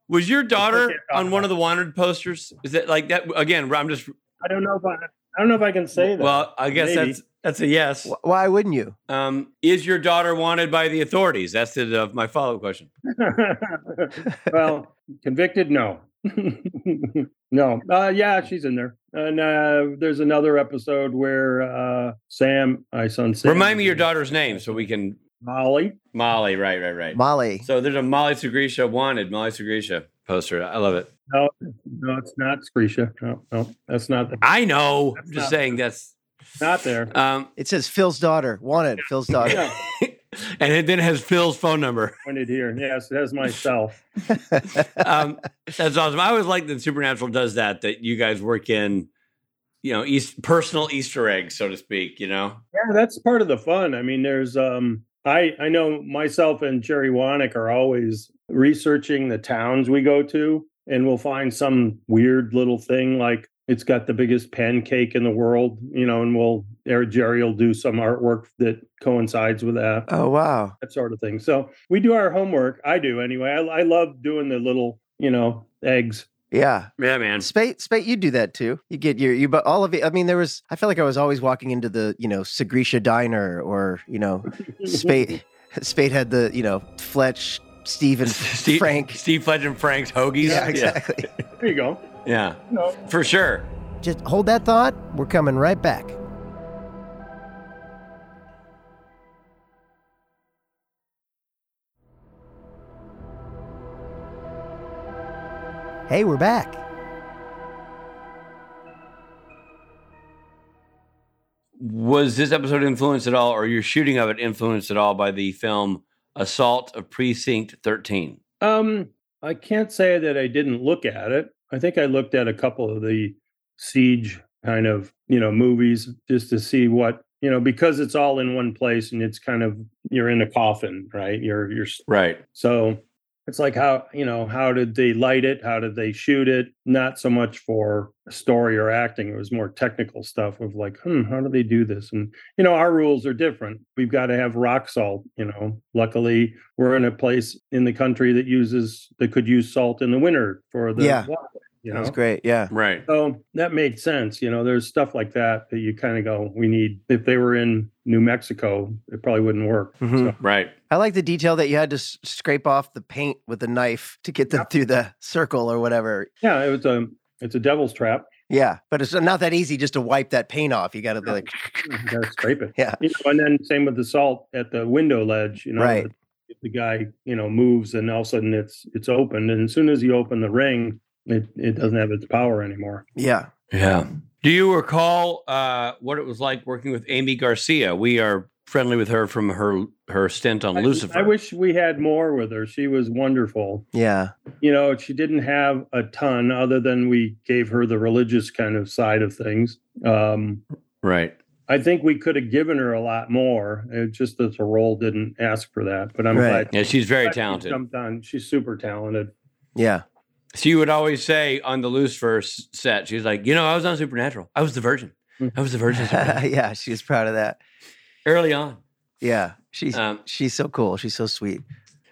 Speaker 2: was your daughter
Speaker 3: can't talk
Speaker 2: on one
Speaker 3: about
Speaker 2: of the wanted posters is that like that again i'm just
Speaker 3: I don't know if I, I don't know if I can say that.
Speaker 2: well i guess
Speaker 3: Maybe.
Speaker 2: that's that's a yes
Speaker 1: Wh- Why wouldn't you?
Speaker 2: um is your daughter wanted by the authorities that's the uh, my follow-up question
Speaker 3: well, convicted? No, no. Uh, yeah, she's in there. And uh, there's another episode where uh, Sam, my son Sam,
Speaker 2: remind me
Speaker 3: is
Speaker 2: your
Speaker 3: in
Speaker 2: daughter's name so we can
Speaker 3: Molly.
Speaker 2: molly right right right
Speaker 1: Molly.
Speaker 2: so there's a molly sugrisha wanted molly sugrisha poster i love it
Speaker 3: No, no, it's not Screecia. No, no, that's not the,
Speaker 2: i know
Speaker 3: That's
Speaker 2: i'm just
Speaker 3: not-
Speaker 2: saying that's
Speaker 3: not there.
Speaker 2: um
Speaker 1: It says Phil's daughter wanted. Phil's daughter.
Speaker 3: Yeah,
Speaker 2: and it then has phil's phone number
Speaker 3: pointed here. Yes, it has myself.
Speaker 2: um, that's awesome. I always like that Supernatural does that. That you guys work in, you know, east, personal Easter eggs, so to speak. You know,
Speaker 3: Yeah, that's part of the fun. I mean, there's um I I know myself and Jerry Wanick are always researching the towns we go to and we'll find some weird little thing like it's got the biggest pancake in the world, you know, and we'll or Jerry will do some artwork that coincides with that,
Speaker 1: Oh wow.
Speaker 3: that sort of thing. So we do our homework. I do anyway. I, I love doing the little, you know, eggs.
Speaker 1: Yeah.
Speaker 2: Yeah, man.
Speaker 1: Spate, Spate, you do that too. You get your, you, but all of it. I mean, there was, I felt like I was always walking into the, you know, Segrisha Diner or, you know, Spate, Spate had the, you know, Fletch, Steven,
Speaker 2: Steve,
Speaker 1: Frank.
Speaker 2: Steve Fletch and Frank's hoagies.
Speaker 1: yeah, exactly.
Speaker 3: There you go.
Speaker 2: Yeah.
Speaker 3: No.
Speaker 2: yeah, for sure.
Speaker 1: Just hold that thought. We're coming right back. Hey, we're back.
Speaker 2: Was this episode influenced at all, or your shooting of it influenced at all by the film Assault of Precinct 13?
Speaker 3: Um, I can't say that I didn't look at it. I think I looked at a couple of the siege kind of you know movies just to see what you know because it's all in one place and it's kind of you're in a coffin, right? You're you're s-
Speaker 2: Right.
Speaker 3: so it's like how you know how did they light it? How did they shoot it? Not so much for story or acting. It was more technical stuff of like, hmm, how do they do this? And you know, our rules are different. We've got to have rock salt. You know, luckily we're in a place in the country that uses that could use salt in the winter for the
Speaker 1: Yeah.
Speaker 3: wildlife, you
Speaker 1: That was
Speaker 3: know.
Speaker 1: great. Yeah.
Speaker 2: Right.
Speaker 3: So that made sense. You know, there's stuff like that that you kind of go, we need. If they were in New Mexico, it probably wouldn't work.
Speaker 1: Mhm.
Speaker 3: Mm-hmm. So-
Speaker 2: Right.
Speaker 1: I like the detail that you had to s- scrape off the paint with a knife to get them
Speaker 3: Yep.
Speaker 1: through the circle or whatever.
Speaker 3: yeah, it was a it's a devil's trap.
Speaker 1: Yeah, but it's not that easy just to wipe that paint off. You got to be
Speaker 3: No.
Speaker 1: like,
Speaker 3: You gotta scrape it.
Speaker 1: Yeah.
Speaker 3: You know, and then same with the salt at the window ledge, you know.
Speaker 1: Right.
Speaker 3: if- If the guy, you know, moves and all of a sudden it's it's opened. And as soon as you open the ring, it, it doesn't have its power anymore.
Speaker 1: yeah,
Speaker 2: Yeah. Do you recall uh, what it was like working with Amy Garcia? We are friendly with her from her her stint on
Speaker 3: I-
Speaker 2: Lucifer.
Speaker 3: I, wish we had more with her. She was wonderful.
Speaker 1: yeah,
Speaker 3: You know, she didn't have a ton other than we gave her the religious kind of side of things. Um
Speaker 2: right.
Speaker 3: I think we could have given her a lot more. It just that the role didn't ask for that. But I'm
Speaker 1: Right.
Speaker 3: glad
Speaker 2: Yeah, she's very
Speaker 3: glad she
Speaker 2: talented.
Speaker 3: jumped on. She's super talented.
Speaker 1: yeah.
Speaker 2: She would always say on the Lucifer s- set, she's like, you know, I was on Supernatural. I was the virgin. I was the virgin. of Supernatural."
Speaker 1: yeah, she's proud of that.
Speaker 2: Early on.
Speaker 1: Yeah, she's
Speaker 3: Uh
Speaker 2: Um,
Speaker 1: she's so cool. She's so sweet.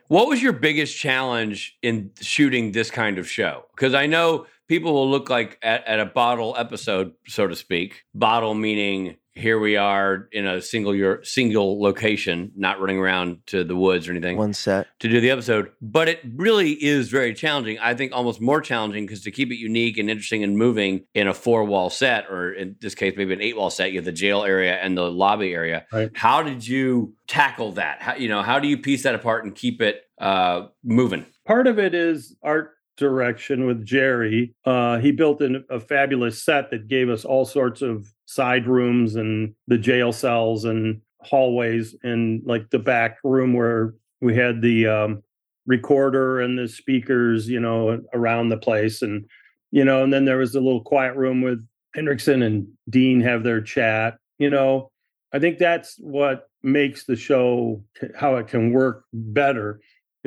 Speaker 2: What was your biggest challenge in shooting this kind of show? Because I know people will look like at, at a bottle episode, so to speak. Bottle meaning here we are in a single your single location, not running around to the woods or anything
Speaker 1: One set.
Speaker 2: to do the episode. But it really is very challenging. I think almost more challenging because to keep it unique and interesting and moving in a four wall set, or in this case maybe an eight wall set, you have the jail area and the lobby area
Speaker 3: Right.
Speaker 2: how did you tackle that how you know how do you piece that apart and keep it uh moving
Speaker 3: part of it is art direction with Jerry. Uh, he built an, a fabulous set that gave us all sorts of side rooms and the jail cells and hallways and like the back room where we had the um, recorder and the speakers, you know, around the place. And, you know, and then there was the little quiet room with Hendrickson and Dean have their chat, you know. I think that's what makes the show how it can work better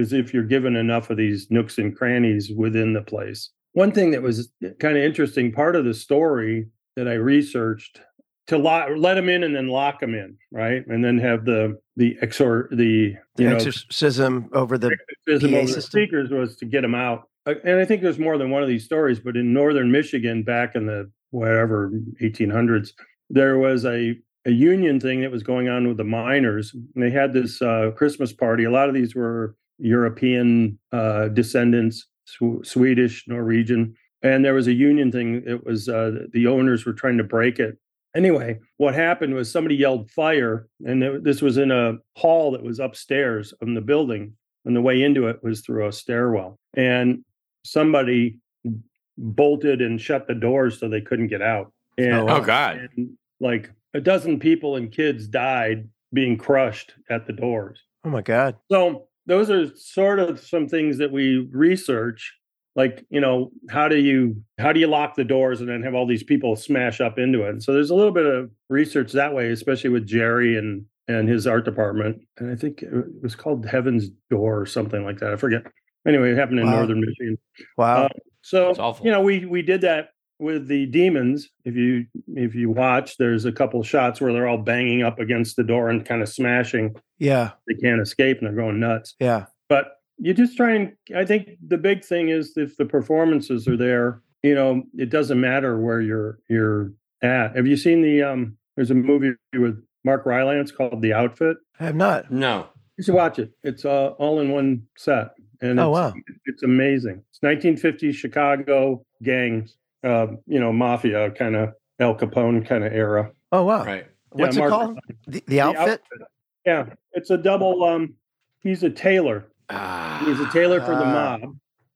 Speaker 3: is if you're given enough of these nooks and crannies within the place. One thing that was kind of interesting part of the story that I researched to lock, let them in and then lock them in, right? And then have the the exor the
Speaker 1: The
Speaker 3: you know
Speaker 1: exorcism over the
Speaker 3: criticism
Speaker 1: PA
Speaker 3: over the
Speaker 1: system.
Speaker 3: speakers was to get them out. Uh, And I think there's more than one of these stories, but in northern Michigan back in the whatever 1800s, there was a a union thing that was going on with the miners. And they had this uh, Christmas party. A lot of these were European uh, descendants, Sw- Swedish, Norwegian, and there was a union thing. It was uh, the owners were trying to break it. Anyway, what happened was somebody yelled fire, and th- this was in a hall that was upstairs in the building and the way into it was through a stairwell and somebody bolted and shut the doors so they couldn't get out and,
Speaker 1: Oh, wow.
Speaker 2: god
Speaker 3: and like a dozen people and kids died being crushed at the doors
Speaker 1: Oh my god.
Speaker 3: so those are sort of some things that we research like you know how do you how do you lock the doors and then have all these people smash up into it so there's a little bit of research that way especially with jerry and and his art department and i think it was called heaven's door or something like that i forget anyway it happened in
Speaker 1: Wow.
Speaker 2: Um,
Speaker 3: northern michigan
Speaker 1: Wow.
Speaker 3: Uh, so
Speaker 2: That's awful.
Speaker 3: you know we we did that with the demons if you if you watch there's a couple shots where they're all banging up against the door and kind of smashing
Speaker 1: Yeah.
Speaker 3: they can't escape and they're going nuts
Speaker 1: Yeah.
Speaker 3: but you just try and i think the big thing is if the performances are there you know it doesn't matter where you're you're at have you seen the um there's a movie with mark rylance called the outfit
Speaker 1: I have not.
Speaker 2: No.
Speaker 3: you should watch it it's uh, all in one set and
Speaker 1: Oh,
Speaker 3: it's,
Speaker 1: wow.
Speaker 3: it's amazing it's 1950s chicago gangs uh, you know mafia kind of el capone kind of era
Speaker 1: Oh, wow.
Speaker 2: Right.
Speaker 1: What's
Speaker 3: Yeah,
Speaker 1: it
Speaker 3: Mark-
Speaker 1: called? The, the outfit?
Speaker 3: yeah it's a double um he's a tailor
Speaker 2: Ah.
Speaker 3: he's a tailor for the
Speaker 1: Ah.
Speaker 3: mob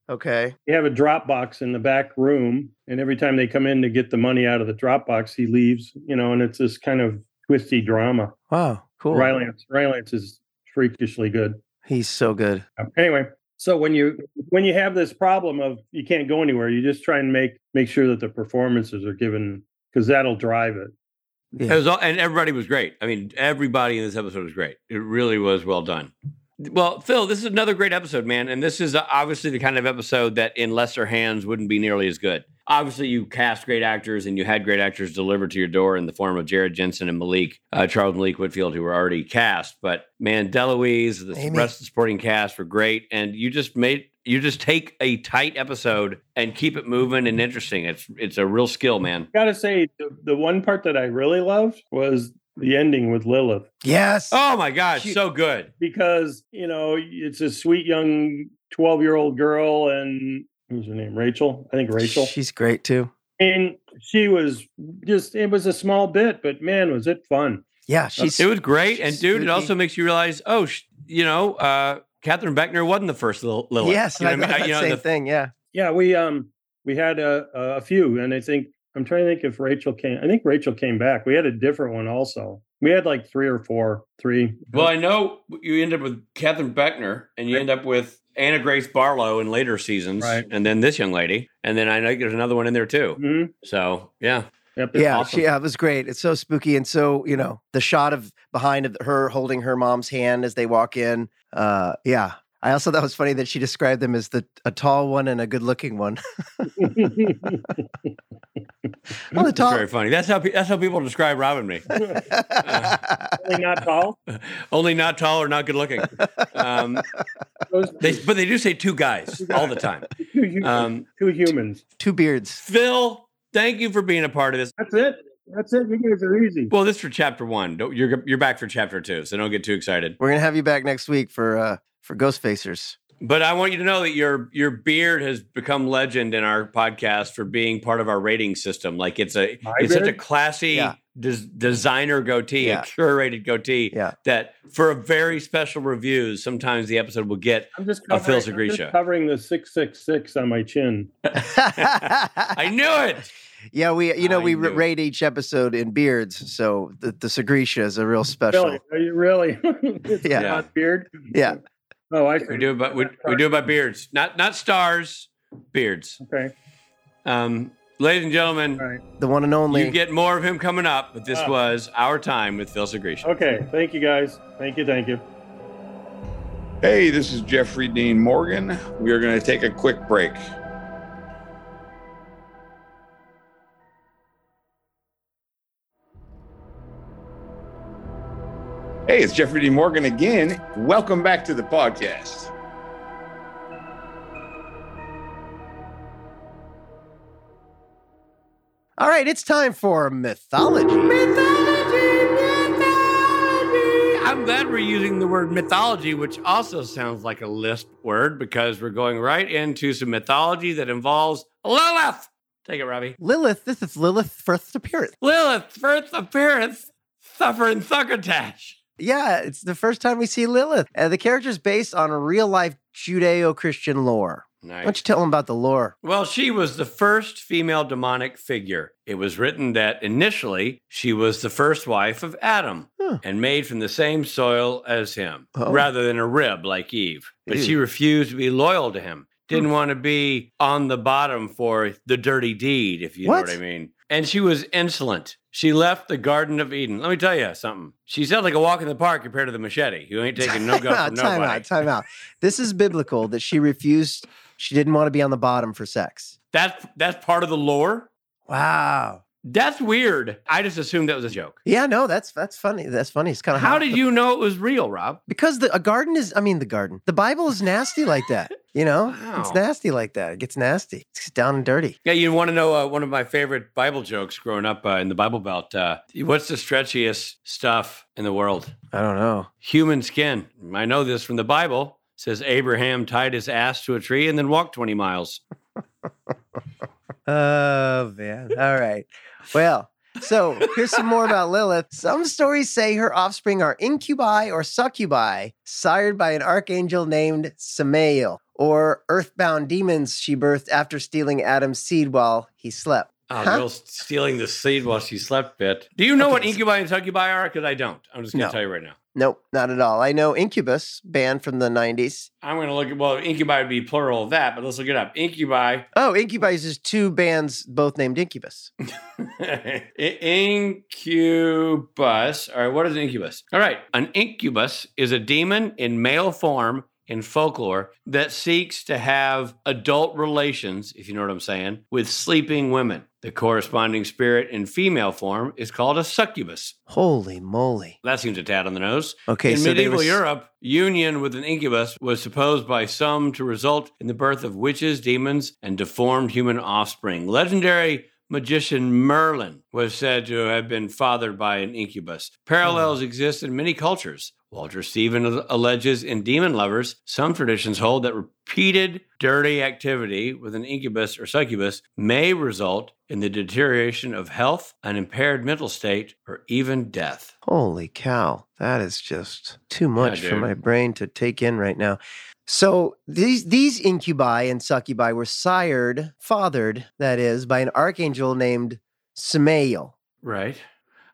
Speaker 1: Okay.
Speaker 3: they have a drop box in the back room and every time they come in to get the money out of the drop box he leaves you know and it's this kind of twisty drama
Speaker 1: Wow. Cool.
Speaker 3: rylance rylance is freakishly good
Speaker 1: He's so good.
Speaker 3: Um, anyway so when you when you have this problem of you can't go anywhere you just try and make make sure that the performances are given because that'll drive it
Speaker 2: It was all, and everybody was great. I mean, everybody in this episode was great. It really was well done. Well, Phil, this is another great episode, man. And this is uh, obviously the kind of episode that in lesser hands wouldn't be nearly as good. Obviously, you cast great actors and you had great actors delivered to your door in the form of Jared Jensen and Malik, uh, Charles Malik Whitfield, who were already cast. But man, Deloise, the
Speaker 1: Amy.
Speaker 2: rest of the supporting cast were great. And you just made, you just take a tight episode and keep it moving and interesting. It's, it's a real skill, man.
Speaker 3: gotta say the, the one part that i really loved was the ending with lilith
Speaker 1: Yes.
Speaker 2: Oh my God,
Speaker 1: She-
Speaker 2: so good.
Speaker 3: because you know it's a sweet young 12 year old girl and who's her name rachel i think rachel
Speaker 1: She's great too.
Speaker 3: and she was just it was a small bit but man was it fun
Speaker 1: Yeah. She's
Speaker 2: it was great, and
Speaker 1: she's
Speaker 2: dude, it
Speaker 1: spooky.
Speaker 2: also makes you realize, oh, sh- you know, uh, Catherine Beckner wasn't the first Lil- Lilith.
Speaker 1: Yes.
Speaker 2: you know
Speaker 1: I
Speaker 2: what
Speaker 1: thought
Speaker 2: I mean?
Speaker 1: that
Speaker 2: You know,
Speaker 1: same
Speaker 2: the-
Speaker 1: thing. Yeah.
Speaker 3: yeah we um we had a, a few and i think i'm trying to think if rachel came i think rachel came back we had a different one also we had like three or four three
Speaker 2: well, I know you end up with Catherine Beckner, and you end up with Anna Grace Barlow in later seasons,
Speaker 3: Right.
Speaker 2: and then this young lady, and then I know there's another one in there too.
Speaker 3: Mhm.
Speaker 2: So yeah,
Speaker 3: Yep,
Speaker 1: Yeah,
Speaker 2: awesome.
Speaker 1: she, yeah, it was great. It's so spooky and so you know the shot of behind of her holding her mom's hand as they walk in. Uh, yeah, I also thought it was funny that she described them as the a tall one and a good looking one. Well, the
Speaker 2: It's
Speaker 1: tall.
Speaker 2: very funny. That's how pe- that's how people describe Rob and me.
Speaker 3: Only not tall
Speaker 2: Only not tall or not good looking. Um,
Speaker 3: Those
Speaker 2: they, but they do say two guys all the time.
Speaker 3: two, humans,
Speaker 2: Um,
Speaker 3: two humans
Speaker 1: Two beards.
Speaker 2: Phil, thank you for being a part of this.
Speaker 3: that's it that's it you guys are easy
Speaker 2: Well, this is for chapter one. Don't, you're you're back for chapter two, so don't get too excited.
Speaker 1: We're gonna have you back next week for uh for Ghost Facers.
Speaker 2: But I want you to know that your your beard has become legend in our podcast for being part of our rating system. Like it's a
Speaker 3: My
Speaker 2: it's such a
Speaker 3: beard?
Speaker 2: classy
Speaker 1: Yeah.
Speaker 2: des- designer goatee,
Speaker 1: Yeah.
Speaker 2: a curated goatee
Speaker 1: Yeah.
Speaker 2: that for a very special reviews, sometimes the episode will get.
Speaker 3: I'm just
Speaker 2: A
Speaker 3: covering,
Speaker 2: Phil
Speaker 3: I'm just
Speaker 2: Segrisha.
Speaker 3: covering the six six six on my chin.
Speaker 2: I knew it.
Speaker 1: yeah, we you know
Speaker 2: I
Speaker 1: we
Speaker 2: knew it.
Speaker 1: rate each episode in beards, so the the Segrisha is a real special.
Speaker 3: Really? Are you really? It's
Speaker 1: Yeah.
Speaker 2: Yeah.
Speaker 3: not beard.
Speaker 1: Yeah.
Speaker 3: Oh, I
Speaker 2: We
Speaker 3: see.
Speaker 2: do it by we, we do it by beards, not not stars, beards.
Speaker 3: Okay.
Speaker 2: Um, ladies and gentlemen,
Speaker 3: All right.
Speaker 1: The one and only.
Speaker 2: you get more of him coming up. But this
Speaker 3: Ah.
Speaker 2: was our time with Phil Segrisha.
Speaker 3: Okay. Thank you guys. Thank you. Thank you.
Speaker 4: Hey, this is Jeffrey Dean Morgan. We are going to take a quick break. Hey, it's Jeffrey Dean Morgan again. Welcome back to the podcast.
Speaker 1: All right, it's time for mythology.
Speaker 2: I'm glad we're using the word mythology, which also sounds like a lisp word because we're going right into some mythology that involves Lilith. Take it, Robbie.
Speaker 1: Lilith, this is Lilith's first appearance.
Speaker 2: Lilith, first appearance, suffering thuckertash.
Speaker 1: Yeah, it's the first time we see Lilith. Uh, the character is based on real life Judeo Christian lore. Why don't
Speaker 2: Nice.
Speaker 1: you tell them about the lore?
Speaker 2: Well, she was the first female demonic figure. It was written that initially she was the first wife of Adam
Speaker 1: Huh.
Speaker 2: and made from the same soil as him,
Speaker 1: Oh.
Speaker 2: rather than a rib like Eve. But
Speaker 1: Ew.
Speaker 2: she refused to be loyal to him, didn't want to be on the bottom for the dirty deed, if you know what
Speaker 1: What?
Speaker 2: I mean. And she was insolent. She left the Garden of Eden. Let me tell you something. She sounds like a walk in the park compared to the machete. You ain't taking no
Speaker 1: time
Speaker 2: guff from
Speaker 1: out, time
Speaker 2: nobody.
Speaker 1: out, time out. This is biblical that she refused, she didn't want to be on the bottom for sex.
Speaker 2: That's that's part of the lore.
Speaker 1: Wow.
Speaker 2: That's weird. I just assumed that was a joke.
Speaker 1: Yeah, no, that's that's funny. That's funny. It's kind of
Speaker 2: How did you know it was real, Rob?
Speaker 1: Because the a garden is. I mean, the garden. The Bible is nasty like that. You know,
Speaker 2: Wow.
Speaker 1: it's nasty like that. It gets nasty. It's down and dirty.
Speaker 2: Yeah, you want to know uh, one of my favorite Bible jokes growing up uh, in the Bible Belt? Uh, what's the stretchiest stuff in the world?
Speaker 1: I don't know.
Speaker 2: Human skin. I know this from the Bible. It says Abraham tied his ass to a tree and then walked 20 miles.
Speaker 1: Oh man. All right. Well, so here's some more about Lilith. Some stories say her offspring are incubi or succubi, sired by an archangel named Samael, or earthbound demons she birthed after stealing Adam's seed while he slept.
Speaker 2: Oh,
Speaker 1: Huh?
Speaker 2: real stealing the seed while she slept bit. Do you know
Speaker 1: Okay,
Speaker 2: what
Speaker 1: so-
Speaker 2: incubi and succubi are? Because I don't. I'm just going to
Speaker 1: No.
Speaker 2: tell you right now.
Speaker 1: Nope, not at all. I know Incubus, band from the 90s.
Speaker 2: I'm going to look at, well, incubi would be plural of that, but let's look it up. Incubi,
Speaker 1: Oh, Incubus is just two bands both named Incubus.
Speaker 2: I- incubus. All right, what is an incubus? All right, an incubus is a demon in male form in folklore that seeks to have adult relations, if you know what I'm saying, with sleeping women. The corresponding spirit in female form is called a succubus.
Speaker 1: Holy moly.
Speaker 2: That seems a tad on the nose.
Speaker 1: Okay,
Speaker 2: in
Speaker 1: so they
Speaker 2: medieval
Speaker 1: were s-
Speaker 2: Europe, union with an incubus was supposed by some to result in the birth of witches, demons, and deformed human offspring. Legendary magician Merlin was said to have been fathered by an incubus.
Speaker 1: Hmm.
Speaker 2: Parallels exist in many cultures. Walter Stephen al- alleges in Demon Lovers, some traditions hold that repeated dirty activity with an incubus or succubus may result in the deterioration of health, an impaired mental state, or even death.
Speaker 1: Holy cow. That is just too much for
Speaker 2: dude.
Speaker 1: my brain to take in right now. So these these incubi and succubi were sired, fathered, that is, by an archangel named Samael.
Speaker 2: Right.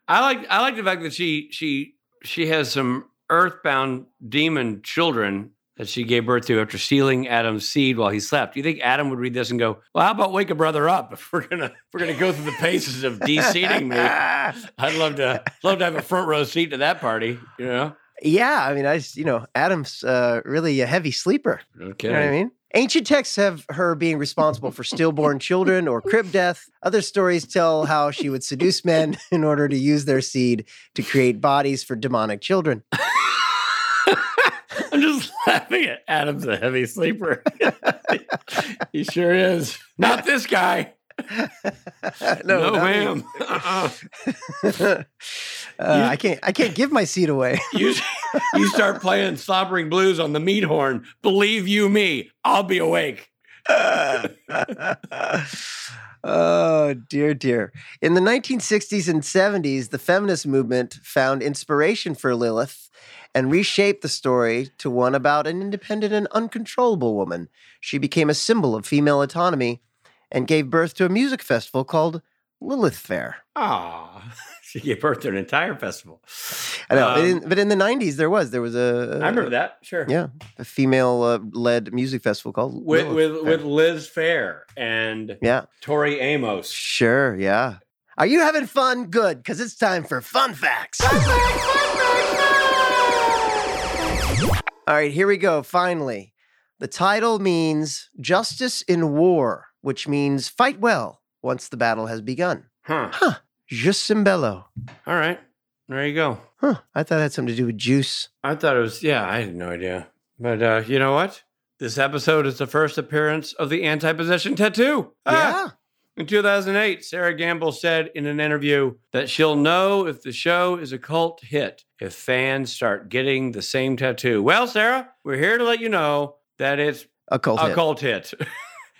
Speaker 2: I like I like the fact that she she she has some earthbound demon children that she gave birth to after stealing Adam's seed while he slept. You think Adam would read this and go, "Well, how about wake a brother up? If we're gonna if we're gonna go through the paces of de-seeding me, I'd love to love to have a front row seat to that party." You know?
Speaker 1: Yeah, I mean, I s- you know, Adam's uh, really a heavy sleeper. You
Speaker 2: No
Speaker 1: know what I
Speaker 2: kidding.
Speaker 1: mean? Ancient texts have her being responsible for stillborn children or crib death. Other stories tell how she would seduce men in order to use their seed to create bodies for demonic children.
Speaker 2: I'm just laughing at Adam's a heavy sleeper. he sure is. Not this guy.
Speaker 1: no,
Speaker 2: no
Speaker 1: not me.
Speaker 2: ma'am. Uh-uh.
Speaker 1: Uh, I can't. I can't give my seed away.
Speaker 2: you you start playing slobbering blues on the meat horn. Believe you me, I'll be awake.
Speaker 1: oh dear, dear. In the 1960s and 70s, the feminist movement found inspiration for Lilith and reshaped the story to one about an independent and uncontrollable woman. She became a symbol of female autonomy and gave birth to a music festival called Lilith Fair.
Speaker 2: Ah, she gave birth to an entire festival.
Speaker 1: I know, but,
Speaker 2: Um,
Speaker 1: in, but in the 90s, there was there was a
Speaker 2: I remember that. Sure.
Speaker 1: yeah. a female uh, led music festival called
Speaker 2: With
Speaker 1: Lilith
Speaker 2: with,
Speaker 1: Fair.
Speaker 2: with Liz Fair and
Speaker 1: yeah.
Speaker 2: Tori Amos.
Speaker 1: Sure, yeah. Are you having fun? Good, because it's time for fun facts. All right, here we go. Finally, the title means justice in war, which means fight well once the battle has begun.
Speaker 2: Huh.
Speaker 1: Jus in bello.
Speaker 2: All right. There you go.
Speaker 1: Huh, I thought it had something to do with juice.
Speaker 2: I thought it was. Yeah, I had no idea. But uh, you know what? This episode is the first appearance of the anti-possession tattoo. Ah! In 2008, Sarah Gamble said in an interview that she'll know if the show is a cult hit if fans start getting the same tattoo. Well, Sarah, we're here to let you know that it's
Speaker 1: Yeah, a cult
Speaker 2: a
Speaker 1: hit.
Speaker 2: cult hit.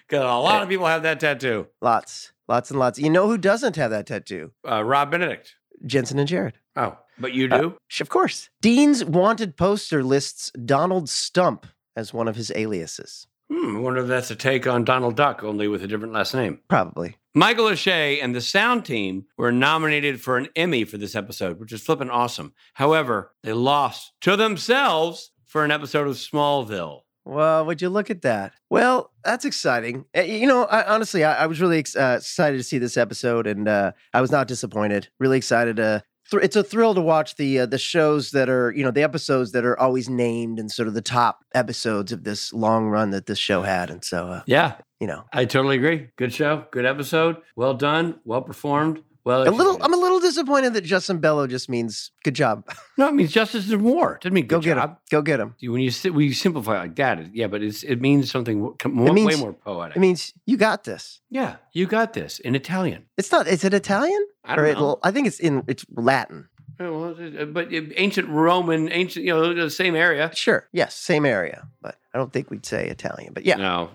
Speaker 2: Because a lot of people have that tattoo.
Speaker 1: Lots, lots and lots. You know who doesn't have that tattoo?
Speaker 2: Uh, Rob Benedict.
Speaker 1: Jensen and Jared.
Speaker 2: Oh, but you
Speaker 1: Uh,
Speaker 2: do?
Speaker 1: Sh- Of course. Dean's wanted poster lists Donald Stump as one of his aliases.
Speaker 2: hmm, I wonder if that's a take on Donald Duck, only with a different last name.
Speaker 1: Probably.
Speaker 2: Michael O'Shea and the sound team were nominated for an Emmy for this episode, which is flippin' awesome. However, they lost to themselves for an episode of Smallville.
Speaker 1: Well, would you look at that? Well, that's exciting. Uh, You know, I, honestly, I, I was really ex- uh, excited to see this episode, and uh, I was not disappointed. Really excited. Uh, thr it's a thrill to watch the uh, the shows that are you know the episodes that are always named and sort of the top episodes of this long run that this show had, and so uh,
Speaker 2: Yeah,
Speaker 1: you know
Speaker 2: I totally agree. Good show, good episode, well done, well performed. Well,
Speaker 1: a little.
Speaker 2: executed.
Speaker 1: I'm a little disappointed that Justin Bello just means good job.
Speaker 2: no, it means justice and war. It doesn't mean
Speaker 1: Go
Speaker 2: good
Speaker 1: get
Speaker 2: job.
Speaker 1: him. Go get him.
Speaker 2: When you si- when you simplify it like that, it, yeah, but it's, it means something w- com- way- way
Speaker 1: means-
Speaker 2: more poetic.
Speaker 1: It means you got this.
Speaker 2: yeah, you got this in Italian.
Speaker 1: It's not. Is it Italian?
Speaker 2: I don't
Speaker 1: it-
Speaker 2: know.
Speaker 1: I think it's in. It's Latin.
Speaker 2: Yeah, well, it- it- but it- ancient Roman, ancient, you know, the same area.
Speaker 1: Sure. Yes. Same area, but I don't think we'd say Italian. But yeah.
Speaker 2: No.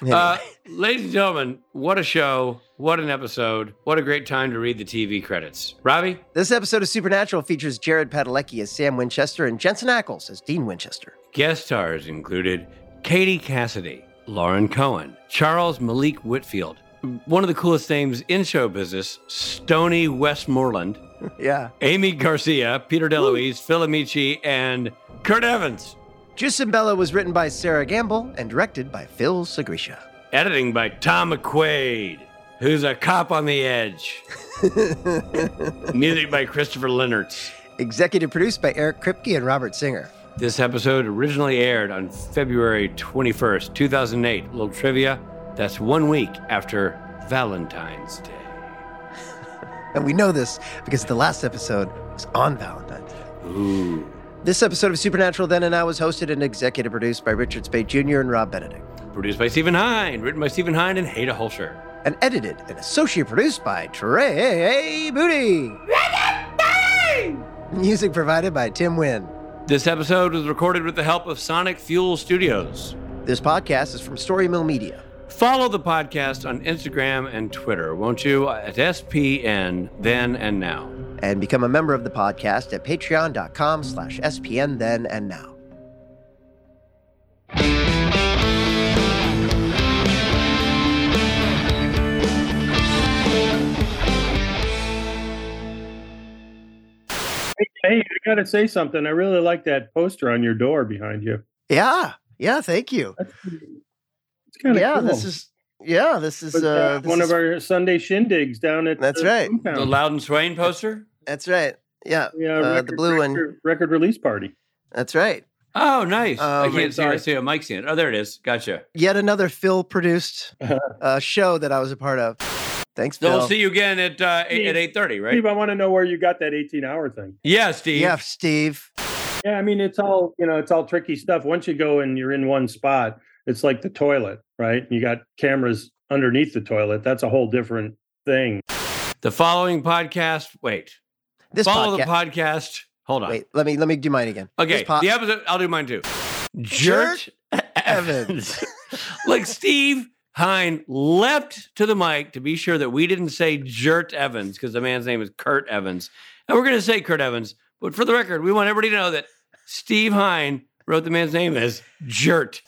Speaker 1: anyway.
Speaker 2: Uh, ladies and gentlemen, what a show. What an episode. What a great time to read the TV credits. Robbie?
Speaker 1: This episode of Supernatural features Jared Padalecki as Sam Winchester and Jensen Ackles as Dean Winchester.
Speaker 2: Guest stars included Katie Cassidy, Lauren Cohen, Charles Malik Whitfield, one of the coolest names in show business, Stony Westmoreland,
Speaker 1: Yeah.
Speaker 2: Amy Garcia, Peter DeLuise, Phil Amici, and Kurt Evans.
Speaker 1: Juice and Bella was written by Sarah Gamble and directed by Phil Segrisha.
Speaker 2: Editing by Tom McQuaid, who's a cop on the edge. Music by Christopher Leonards.
Speaker 1: Executive produced by Eric Kripke and Robert Singer.
Speaker 2: This episode originally aired on February 21st, 2008. A little trivia that's one week after Valentine's Day.
Speaker 1: And we know this because the last episode was on Valentine's. Day.
Speaker 2: Ooh.
Speaker 1: This episode of Supernatural Then and Now was hosted and executive produced by Richard Spade Jr. and Rob Benedict,
Speaker 2: Produced by Stephen Hine, written by Stephen Hine and Heda Holscher.
Speaker 1: and edited and associate produced by Trey Booty. Music provided by Tim Wynn.
Speaker 2: This episode was recorded with the help of Sonic Fuel Studios.
Speaker 1: This podcast is from Story Mill Media.
Speaker 2: Follow the podcast on Instagram and Twitter, won't you? At SPN, then and now.
Speaker 1: and become a member of the podcast at patreon.com slash spn then and now
Speaker 3: Hey, I gotta say something. I really like that poster on your door behind you.
Speaker 1: yeah yeah thank you
Speaker 3: That's, it's kind of
Speaker 1: yeah
Speaker 3: cool.
Speaker 1: this is yeah this is
Speaker 3: Was, uh,
Speaker 1: uh, this
Speaker 3: one
Speaker 1: is-
Speaker 3: of our Sunday shindigs down at
Speaker 1: That's
Speaker 3: the
Speaker 1: right.
Speaker 2: The
Speaker 3: compound.
Speaker 2: Loudon Swain poster?
Speaker 1: that's right yeah
Speaker 3: yeah,
Speaker 1: uh, the
Speaker 3: record,
Speaker 1: blue one.
Speaker 3: record, record release party.
Speaker 1: that's right
Speaker 2: Oh, nice. I
Speaker 1: Um,
Speaker 2: can't see, I
Speaker 3: sorry.
Speaker 2: see a mic stand. Oh, there it is. Gotcha.
Speaker 1: yet another phil produced uh, show that i was a part of thanks
Speaker 2: So
Speaker 1: phil
Speaker 2: we'll see you again at uh, eight, at eight thirty, right?
Speaker 3: Steve, I want to know where you got that 18 hour thing.
Speaker 2: Yeah, Steve.
Speaker 1: yeah steve
Speaker 3: Yeah, I mean it's all you know, it's all tricky stuff. Once you go and you're in one spot, it's like the toilet, right? You got cameras underneath the toilet. That's a whole different thing.
Speaker 2: The following podcast. Wait.
Speaker 1: this
Speaker 2: Follow
Speaker 1: podcast
Speaker 2: the podcast. Hold on.
Speaker 1: wait let me let me do mine again
Speaker 2: okay.
Speaker 1: This po-
Speaker 2: the episode. I'll do mine too.
Speaker 1: Jert
Speaker 2: Jert Evans. Look, Steve Hine leapt to the mic to be sure that we didn't say Jert Evans because the man's name is Kurt Evans, and we're going to say Kurt Evans. But for the record, we want everybody to know that Steve Hine wrote the man's name as Jert.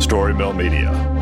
Speaker 5: Story Mill Media.